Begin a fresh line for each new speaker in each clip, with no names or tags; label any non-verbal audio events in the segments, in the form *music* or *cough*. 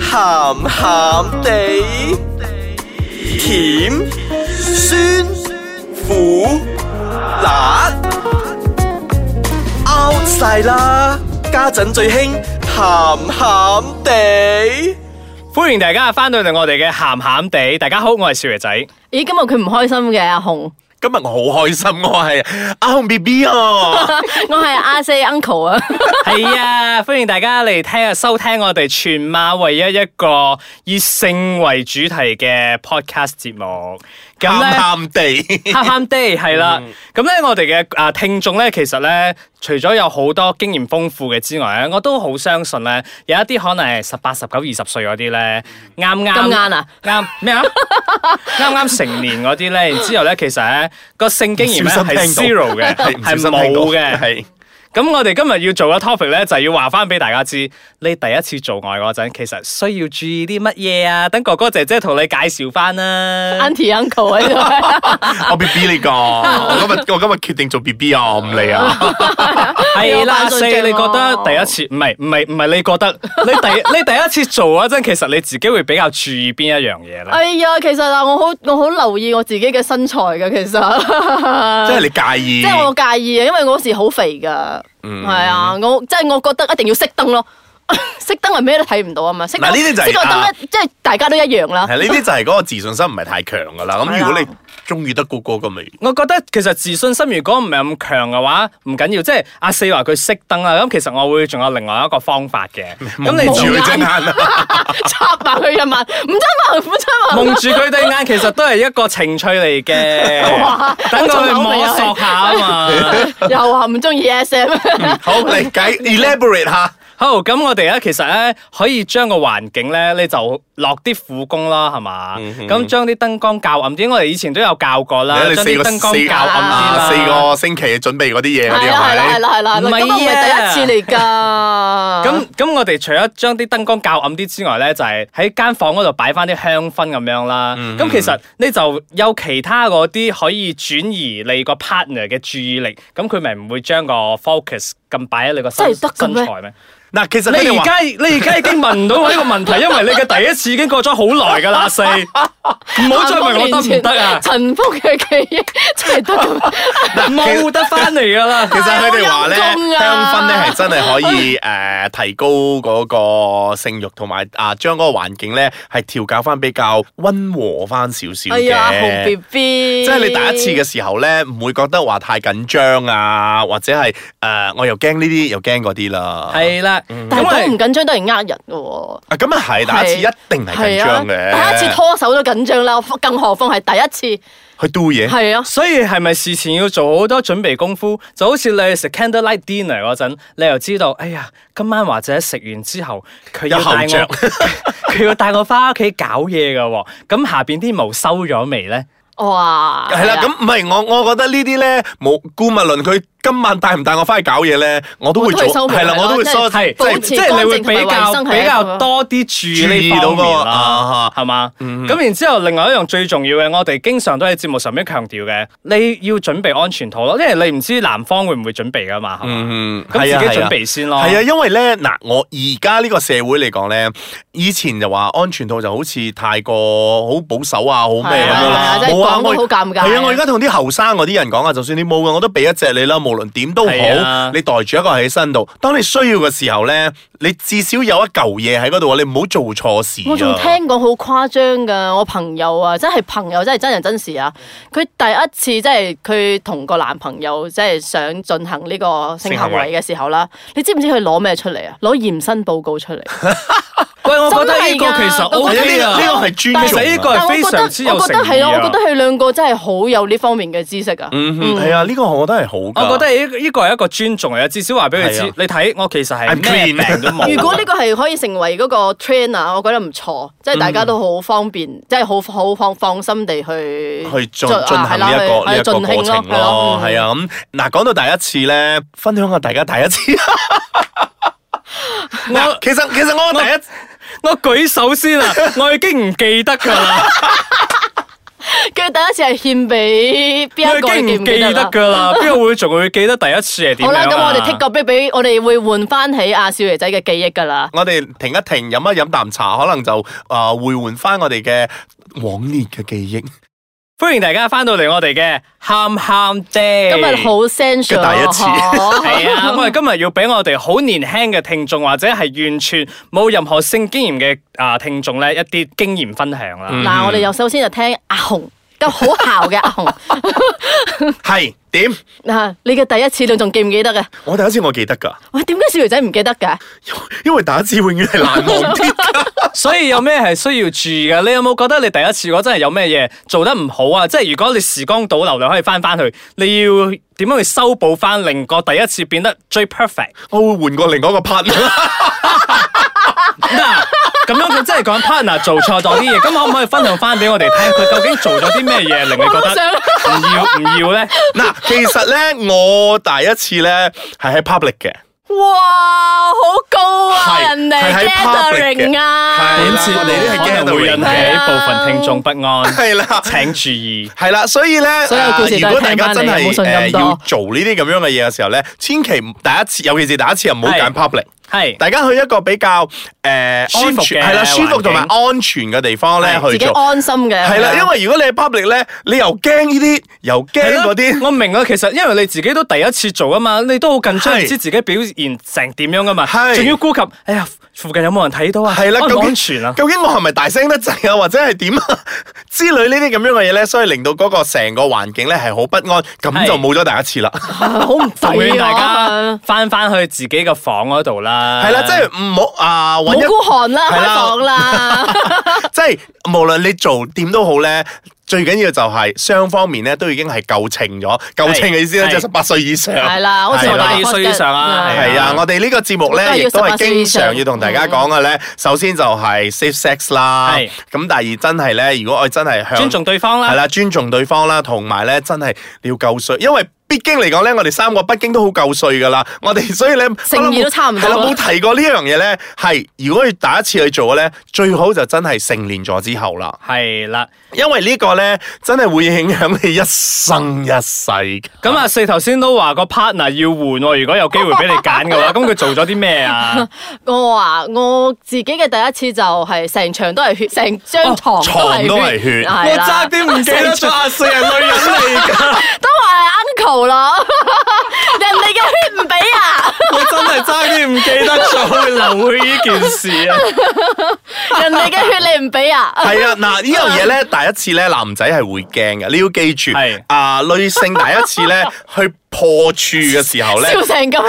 鹹鹹地，甜酸苦辣 out 晒啦！家陣最興鹹鹹地。
歡迎大家翻到嚟我哋嘅鹹鹹地，大家好，我係少爺仔。
咦，今日佢唔開心嘅阿紅， *laughs*
今日我好開心，我係阿紅 B B 啊！
我係阿四 uncle
*laughs*
啊，
係啊，歡迎大家嚟聽啊，收聽我哋全馬唯一一個以性為主題嘅 podcast 節目。咁
鹹
咧，
鹹地， *laughs*
鹹鹹地係啦。
嗯
咁咧，我哋嘅啊聽眾咧，其實咧，除咗有好多經驗豐富嘅之外咧，我都好相信咧，有一啲可能係十八、十九、二十歲嗰啲咧，啱啱
咁啱啊，
啱咩
*laughs*
啊？啱啱成年嗰啲咧，然之後咧，其實咧個性經驗咧
唔小心
係
聽
zero 嘅， *laughs*
係唔小
係
心聽
冇
到
嘅。
係
咁我哋今日要做嘅 topic 咧，就係要話翻俾大家知，你第一次做愛嗰陣，其實需要注意啲乜嘢啊？等哥哥姐姐同你介紹翻
啊
啦。
auntie uncle 喺
*laughs*
度，
我 B B
*laughs*
你個，我今日我今日決定做 B B 啊，我唔理啊，
係啦，
有
四
反
你覺得
應
第一
喎
次唔係唔係唔係你覺得 *laughs* 你第你第一次做嗰陣，其實你自己會比較注意邊一樣嘢咧？
哎呀，其實啊，我好我好留意我自己嘅身材嘅，其實
*laughs* 即係你介意，
即係我介意啊，因為我嗰時好肥噶，
嗯
係啊，我即係我覺得一定要熄燈咯， *laughs* 熄燈係咩都睇唔到啊嘛，熄燈
嗱呢啲就係
熄個燈咧，即係大家都一樣啦，
係呢啲就係嗰個自信心唔係太強噶啦。
啊
咁如果你中意得嗰個咁咪，
我覺得其實自信心如果唔係咁強嘅話，唔緊要，即係阿四話佢熄燈啦。咁其實我會仲有另外一個方法
*laughs*
嘅。咁你
蒙住佢
冇
隻眼啊，
*laughs* 插埋佢一晚，唔得嘛，唔得
*laughs*
嘛。
蒙住佢對眼，其實都係一個情趣嚟
*laughs*
嘅。等佢去摸索下啊嘛。
*laughs* 又話唔中意 SM，
好嚟
*laughs*
解 elaborate 下，
好，咁我哋咧啊其實咧可以將個環境咧，你就落啲苦功啦，係嘛？咁將啲燈光較暗啲，我哋以前都有教過啦，
你
將
四
啲
個
燈光
四
較暗啲
啊
啦。
四個星期準備嗰啲嘢嗰啲
係啦係啦係？
係咪
啦係啦，
唔係
咁我唔
啊
係第一次嚟㗎。
咁咁，我哋除咗將啲燈光較暗啲之外咧，就係喺間房嗰度擺翻啲香薰咁樣啦。咁其實你就有其他嗰啲可以轉移你個 partner 嘅注意力，咁佢咪唔會將個 focus 咁擺喺你個身
真係得嘅
身
咩
材咩？
嗱，其實佢
你
哋
而
話。
家你而家已經問唔到我呢個問題，因為你嘅第一次已經過咗好耐㗎 *laughs* 啦，四唔好再問我得唔得
*laughs*
啊？
塵封嘅記憶真係得
*laughs*
咁，
冇得翻嚟㗎啦
其。實佢哋話咧，
哎好陰功
香
啊
薰咧係真係可
*laughs*
以誒、呃提高嗰個性慾，同埋啊將嗰個環境咧係調教翻比較温和翻少少
哎呀，紅 B
嘅。
B，
即係你第一次嘅時候咧，唔會覺得話太緊張啊，或者係誒、呃我又驚呢啲又驚嗰啲啦。
係啦，
但係
咁啊
咁唔
我
緊張都係呃人嘅喎。
啊，咁啊係，第一次一定係緊張嘅。
係啊第一次拖手都緊張啦，更何況係第一次。
去 do 嘢，
係啊，
所以係咪事前要做好多準備功夫？就好似你去食 candlelight dinner 嗰陣，你又知道，哎呀，今晚或者食完之後，佢要
有後
帶
着
我， *laughs* 佢要帶我翻屋企搞嘢㗎喎。咁下邊啲毛收咗未咧？
哇！
係啦。咁唔係我，我覺得呢啲咧冇顧物論佢今晚帶唔帶我翻去搞嘢咧，我都會
我
做
都會收。埋
係啦，
係咯
我都會
即係
收。
係
保持
即係你會比
乾淨同埋衛
較
生係
比
一個
較多啲注意
注意
呢方
到嗰個
面啦
啊，
係嘛？
嗯
咁然之後，另外一樣最重要嘅，我哋經常都喺節目上面強調嘅，你要準備安全套咯，因為你唔知男方會唔會準備噶嘛，係嘛？
嗯，
咁
係啊
自己
係啊
準備先咯
係啊，因為咧嗱，我而家呢個社會嚟講咧，以前就話安全套就好似太過好保守啊，好咩咁樣
係啊
啦。
即係
冇啊，
講得
我
好尷尬
係啊，我而家同啲後生嗰啲人講啊，就算你冇嘅，我都俾一隻你啦。無論點都好
係啊，
你袋住一個喺身度，當你需要嘅時候咧，你至少有一嚿嘢喺嗰度啊，你唔好做錯事啊。
我仲聽講好誇張㗎，我朋友啊，真係朋友真係真人真事啊！佢第一次即係佢同個男朋友即係想進行呢個性行為嘅時候啦，你知唔知佢攞咩出嚟啊？攞驗身報告出嚟。
喂，我覺得呢個
真係㗎
其實
都
係啊，
OK
呢個呢
啊
個。係
但係
尊重
呢
啊。
個係非常之有
我覺得
誠
係
意
咯，
啊
我覺得佢兩個真係好有呢方面嘅知識啊。
嗯哼，係啊，呢個我覺得係好㗎。
我覺得呢呢個係一個尊重嚟嘅，至少話俾佢
係
知
啊，
你睇我其實係
I'm
咩
clean
病都冇。
如果呢個係可以成為嗰個 trainer，我覺得唔錯，即係大家都好方便，即係好好放放心地去
嗯去進
做啊
進行呢
係
一個
啦
呢一
去
個
盡興
過程
係
咯，
嗯
係啊咁嗱，講到第一次咧，分享下大家第一次。嗱，其實其實我第一
*laughs*
我舉手先啊，我已經唔記得㗎啦。
跟住第一次係獻俾邊一個，
已
你記
經
唔
唔
記
記
得啦
得？㗎啦，邊個會仲會記得第一次係點
好
樣
啦，咁我哋
啊
take 個 break 俾我哋會換翻起阿少爺仔嘅記憶㗎啦。
我哋停一停，飲一飲啖茶，可能就啊、呃、回換翻我哋嘅往年嘅記憶。
歡迎大家翻到嚟我哋嘅喊喊爹。
今日好啊 sensual
嗯嘅第一次 *laughs*
啊
系啊，我哋今日要俾我哋好年輕嘅聽眾，或者係完全冇任何性經驗嘅啊聽眾咧，一啲經驗分享啦。
嗯
嗱，我哋又首先就聽阿紅，咁好姣嘅阿紅。
係點？
嗱，你嘅第一次你仲記唔記得嘅？
我第一次我記得㗎，
喂，點解少爺仔唔記得嘅？
因為第一次永遠係難忘
*laughs*
啲㗎。
所以有咩係需要注意嘅？你有冇覺得你第一次如果真係有咩嘢做得唔好啊？即係如果你時光倒流，你可以翻翻去，你要點樣去修補翻，令個第一次變得最 perfect？
我會換過另外一個 partner。
嗱，咁樣佢真係講 partner 做錯咗啲嘢，咁可唔可以分享翻俾我哋聽？佢究竟做咗啲咩嘢令你覺得唔要唔要咧？
嗱，其實咧，我第一次咧係喺 public 嘅。
哇，好高啊！
係
人哋
係喺 public 嘅
gathering 啊，
係
點知
我哋呢係
可能會引
gathering
起部分聽眾不安，
*laughs* 係啦
請注意。
係啦，所以咧，
所有故事
呃
都
如
係
果大家
聽翻
真
嚟
係
冇信
誒
咁多
要做呢啲咁樣嘅嘢嘅時候咧，千祈唔第一次，尤其是第一次又唔好
係
揀 public。
係
大家去一個比較誒
舒服嘅
係啦，
環
舒服同埋安全嘅地方
係
咧
自
去
己
做。
安啊心嘅。
係啦，因為如果你喺 public 咧，你又驚呢啲，又驚嗰
係
啲，
咯我明啊。其實因為你自己都第一次做啊嘛，你都好緊張，
係
唔知自己表現成點樣噶嘛，
係
仲要顧及，哎呀，附近有冇人睇到啊？
係啦，
安
究
唔
竟
安全啊？
究竟我係咪大聲得滯啊，或 *laughs* 者係點啊之類呢啲咁樣嘅嘢咧，所以令到嗰個成個環境咧係好不安，咁
係
就冇咗第一次啦。
好唔
奉勸
抵
大
啊
家！翻翻去自己個房嗰度啦。
係啦，即係唔好啊，
冇
揾一
孤寒啦，
係
開
啦
房啦。
即係無論你做點都好咧。最緊要就係雙方面咧都已經係夠稱咗，夠稱嘅意思咧
係
即係十八歲以上。
係啦好似
係
我
啦
哋
十八歲以上啊，
係
係啊，我哋呢個節目咧，亦都
都係
係
要
經常
18
要同大家講嘅
嗯
咧。首先就係 safe sex 啦
係，
咁第二真係咧，如果我真係向
尊重對方
係
啦。
啦，尊重對方啦，同埋咧真係你要夠歲，因為。必經嚟講咧，我哋三個北京都好夠歲噶啦，我哋所以咧，
成語嗯都差唔多
係啦，冇提過呢樣嘢咧，係如果要第一次去做嘅咧，最好就真係成年咗之後啦，
係啦，
因為呢個咧真係會影響你一生一世嘅。
咁啊四頭先都話個 partner 要換喎，如果有機會俾你揀
*laughs*
嘅話，咁佢做咗啲咩啊？
我啊，我自己嘅第一次就係成場都係血，成張床
床
都
都係
係
血
血，係啦
唔記得
*laughs*
咗阿四係女人嚟㗎。
都話係 uncle 啦， *laughs* 人哋嘅血唔俾
*laughs*
啊，
我真係爭啲唔記得咗流會呢件事啊！
人哋嘅血你唔俾啊，
係啊，嗱呢樣嘢咧，第一次咧男仔係會驚嘅，你要記住
係，
啊、女性第一次咧去破處嘅時候
*laughs*
咧，
笑成咁，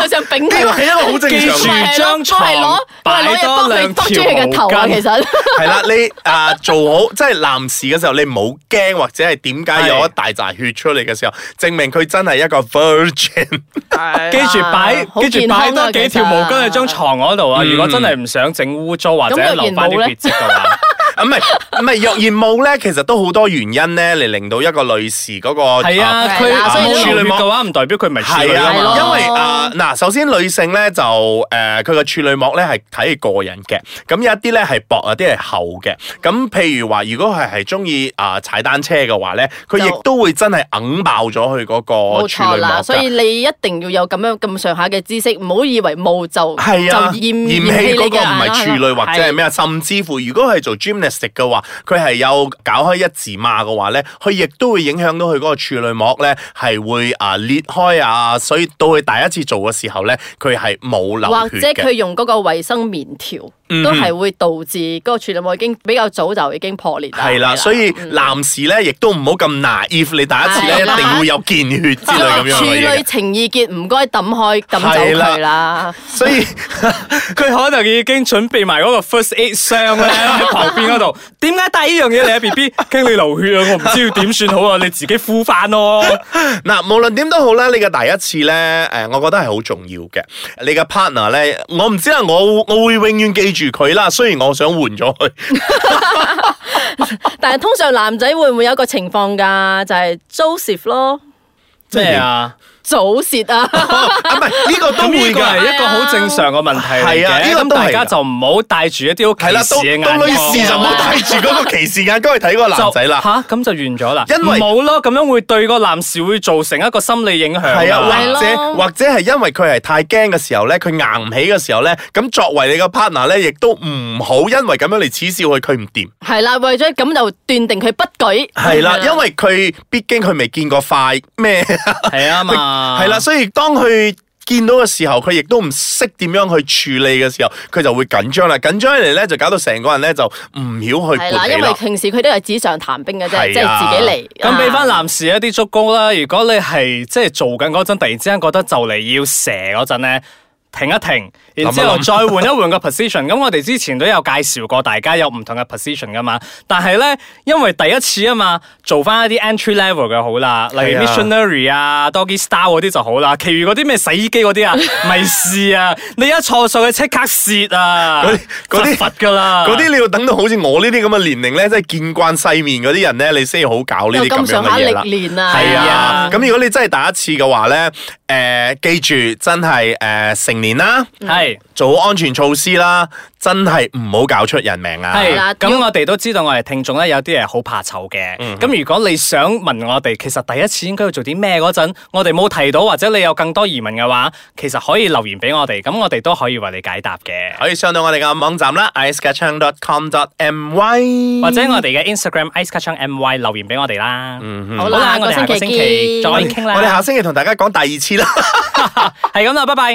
我想
呢
丙
個係
佢。
一個好
*laughs*
正
記
常
住
嘅。
張床
我係攞我係攞
擺多
嘢幫
兩
你
條
督住佢嘅頭
毛
啊，
巾
其實
係啦，你啊、做好即係男士嘅時候，你唔好驚或者係點解有一大扎血出嚟嘅時候，證明佢真係一個 virgin。
記住擺，
好
記住
健
擺
康啊
多幾條毛巾喺張床嗰度啊！如果真係唔想整污糟或者
咁若
留
然
翻
冇
啲
呢
血跡嘅 *laughs* 話，
啊唔係唔係，若然冇咧，其實都好多原因咧，嚟令到一個女士嗰、個
係啊，
啊
佢
係啦所以
冇
都
處
冇
女膜嘅話，唔代表佢唔係處
係
女啊
啊，
係
嘛
咯。
因為啊嗱、首先女性咧就誒佢個處女膜咧係睇佢個人嘅，咁有一啲咧係薄，有啲係厚嘅。咁譬如話，如果係係中意啊踩單車嘅話咧，佢亦
就
都會真係揞爆咗佢嗰個
冇
處女
錯
膜
啦，
㗎
所以你一定要有咁樣咁上下嘅知識，唔好以為冇就
係啊，
就
嫌
厭棄
棄嗰
你
個
嘅
唔係處女或者係
係
咩啊，甚至乎如果係做 gymnastic 嘅話，佢係有搞開一字馬嘅話咧，佢亦都會影響到佢嗰個處女膜咧係會啊裂開啊，所以到佢第一次做嘅時候咧，佢係冇
或
流
者
血
佢
嘅。嗯
用嗰個衛生棉條，都係會導致嗰個處女膜已經比較早就已經破裂啦。啊
係啦，所以男士咧亦都唔好咁 naive，你第一次咧
係啦
一定會有見血之類咁
*laughs*
樣
處
嘅嘢
女
嘅。
情意結唔該抌開抌走
係
佢
*laughs*
啦，
所以
佢可能已經準備埋嗰個 first aid 箱 *laughs* 咧喺旁邊嗰度。點解帶呢樣嘢嚟啊？B B 驚你流血啊！我唔知要點算好啊！你自己敷翻咯。
嗱，無論點都好啦，你嘅第一次咧，誒，我覺得係好重要嘅。你嘅 partner 咧，我唔知啦，我我會永遠記住佢啦。雖然我想換咗
*laughs*
佢，
但係通常男仔會唔會有一個情況㗎，就係 Joseph 咯，
咩啊？
早泄
*laughs*
啊！
啊，唔係呢個都
咁
會
呢個
㗎。
係一個好正常嘅問題嚟
係啊呢
嘅，
個
咁
都係㗎
大家就唔好帶住一啲
係啦，
好歧
到
視嘅眼光
到女士就冇戴住嗰個歧視眼光去睇嗰個男仔啦。
吓咁就完咗啦，
因為
冇咯，咁樣會對個男士會造成一個心理影響㗎。
係啊，
係
或
咯
者或者係因為佢係太驚嘅時候咧，佢硬唔起嘅時候咧，咁作為你個 partner 咧，亦都唔好因為咁樣嚟恥笑佢，佢唔掂。
係啦，為咗咁就斷定佢不舉。
啊
係啦，
係
因為佢畢竟佢未見過快咩，
係啊嘛，
係啦，所以當佢見到嘅時候，佢亦都唔識點樣去處理嘅時候，佢就會緊張啦。緊張起嚟咧，就搞到成個人咧就唔曉去
係
撥
啦，
起
因為
啦。
平時佢都係紙上談兵嘅啫，即
係啊
係自己嚟。
咁俾翻
啊
男士一啲足高啦。如果你係即係做緊嗰陣，突然之間覺得就嚟要射嗰陣咧。停一停，然之後
諗一諗
再換一換
*laughs*
個 position。咁我哋之前都有介紹過，大家有唔同嘅 position 噶嘛。但係咧，因為第一次啊嘛，做翻一啲 entry level 嘅好啦，例如
係啊
missionary 啊、doggy star 嗰啲就好啦。其餘嗰啲咩洗衣機嗰啲
*laughs*
啊，咪試啊，你一錯數佢即刻蝕啊
嗰啲，嗰啲
就罰噶啦。
啊
嗰啲你要等到好似我呢啲咁嘅年齡咧，即係見慣世面嗰啲人咧，你先要好搞呢
有
啲咁
咁
樣
上
嘅
下
嘢啦
歷。練啊，
係
係
啊
啊，
咁如果你真係第一次嘅話咧，诶、記住真係诶、誒成年啦，
嗯
係。
做好安全措施啦，真係唔好搞出人命啊！
係
啦
咁
要
我哋都知道我哋聽眾咧有啲係好怕醜嘅。咁如果你想問我哋，其實第一次應該要做啲咩嗰陣，我哋冇提到，或者你有更多疑問嘅話，其實可以留言俾我哋，咁我哋都可以為你解答嘅。
可以上到我哋嘅網站啦 i c e c a n g c o m m y
或者我哋嘅 Instagram ice c a t c h n g my 留言俾我哋啦。
好
好
啦，
啦，我
個
哋下
星
個
期
星期
見
再。傾
我哋
啦。
下星期同大家講第二次啦。
係咁啦，拜拜。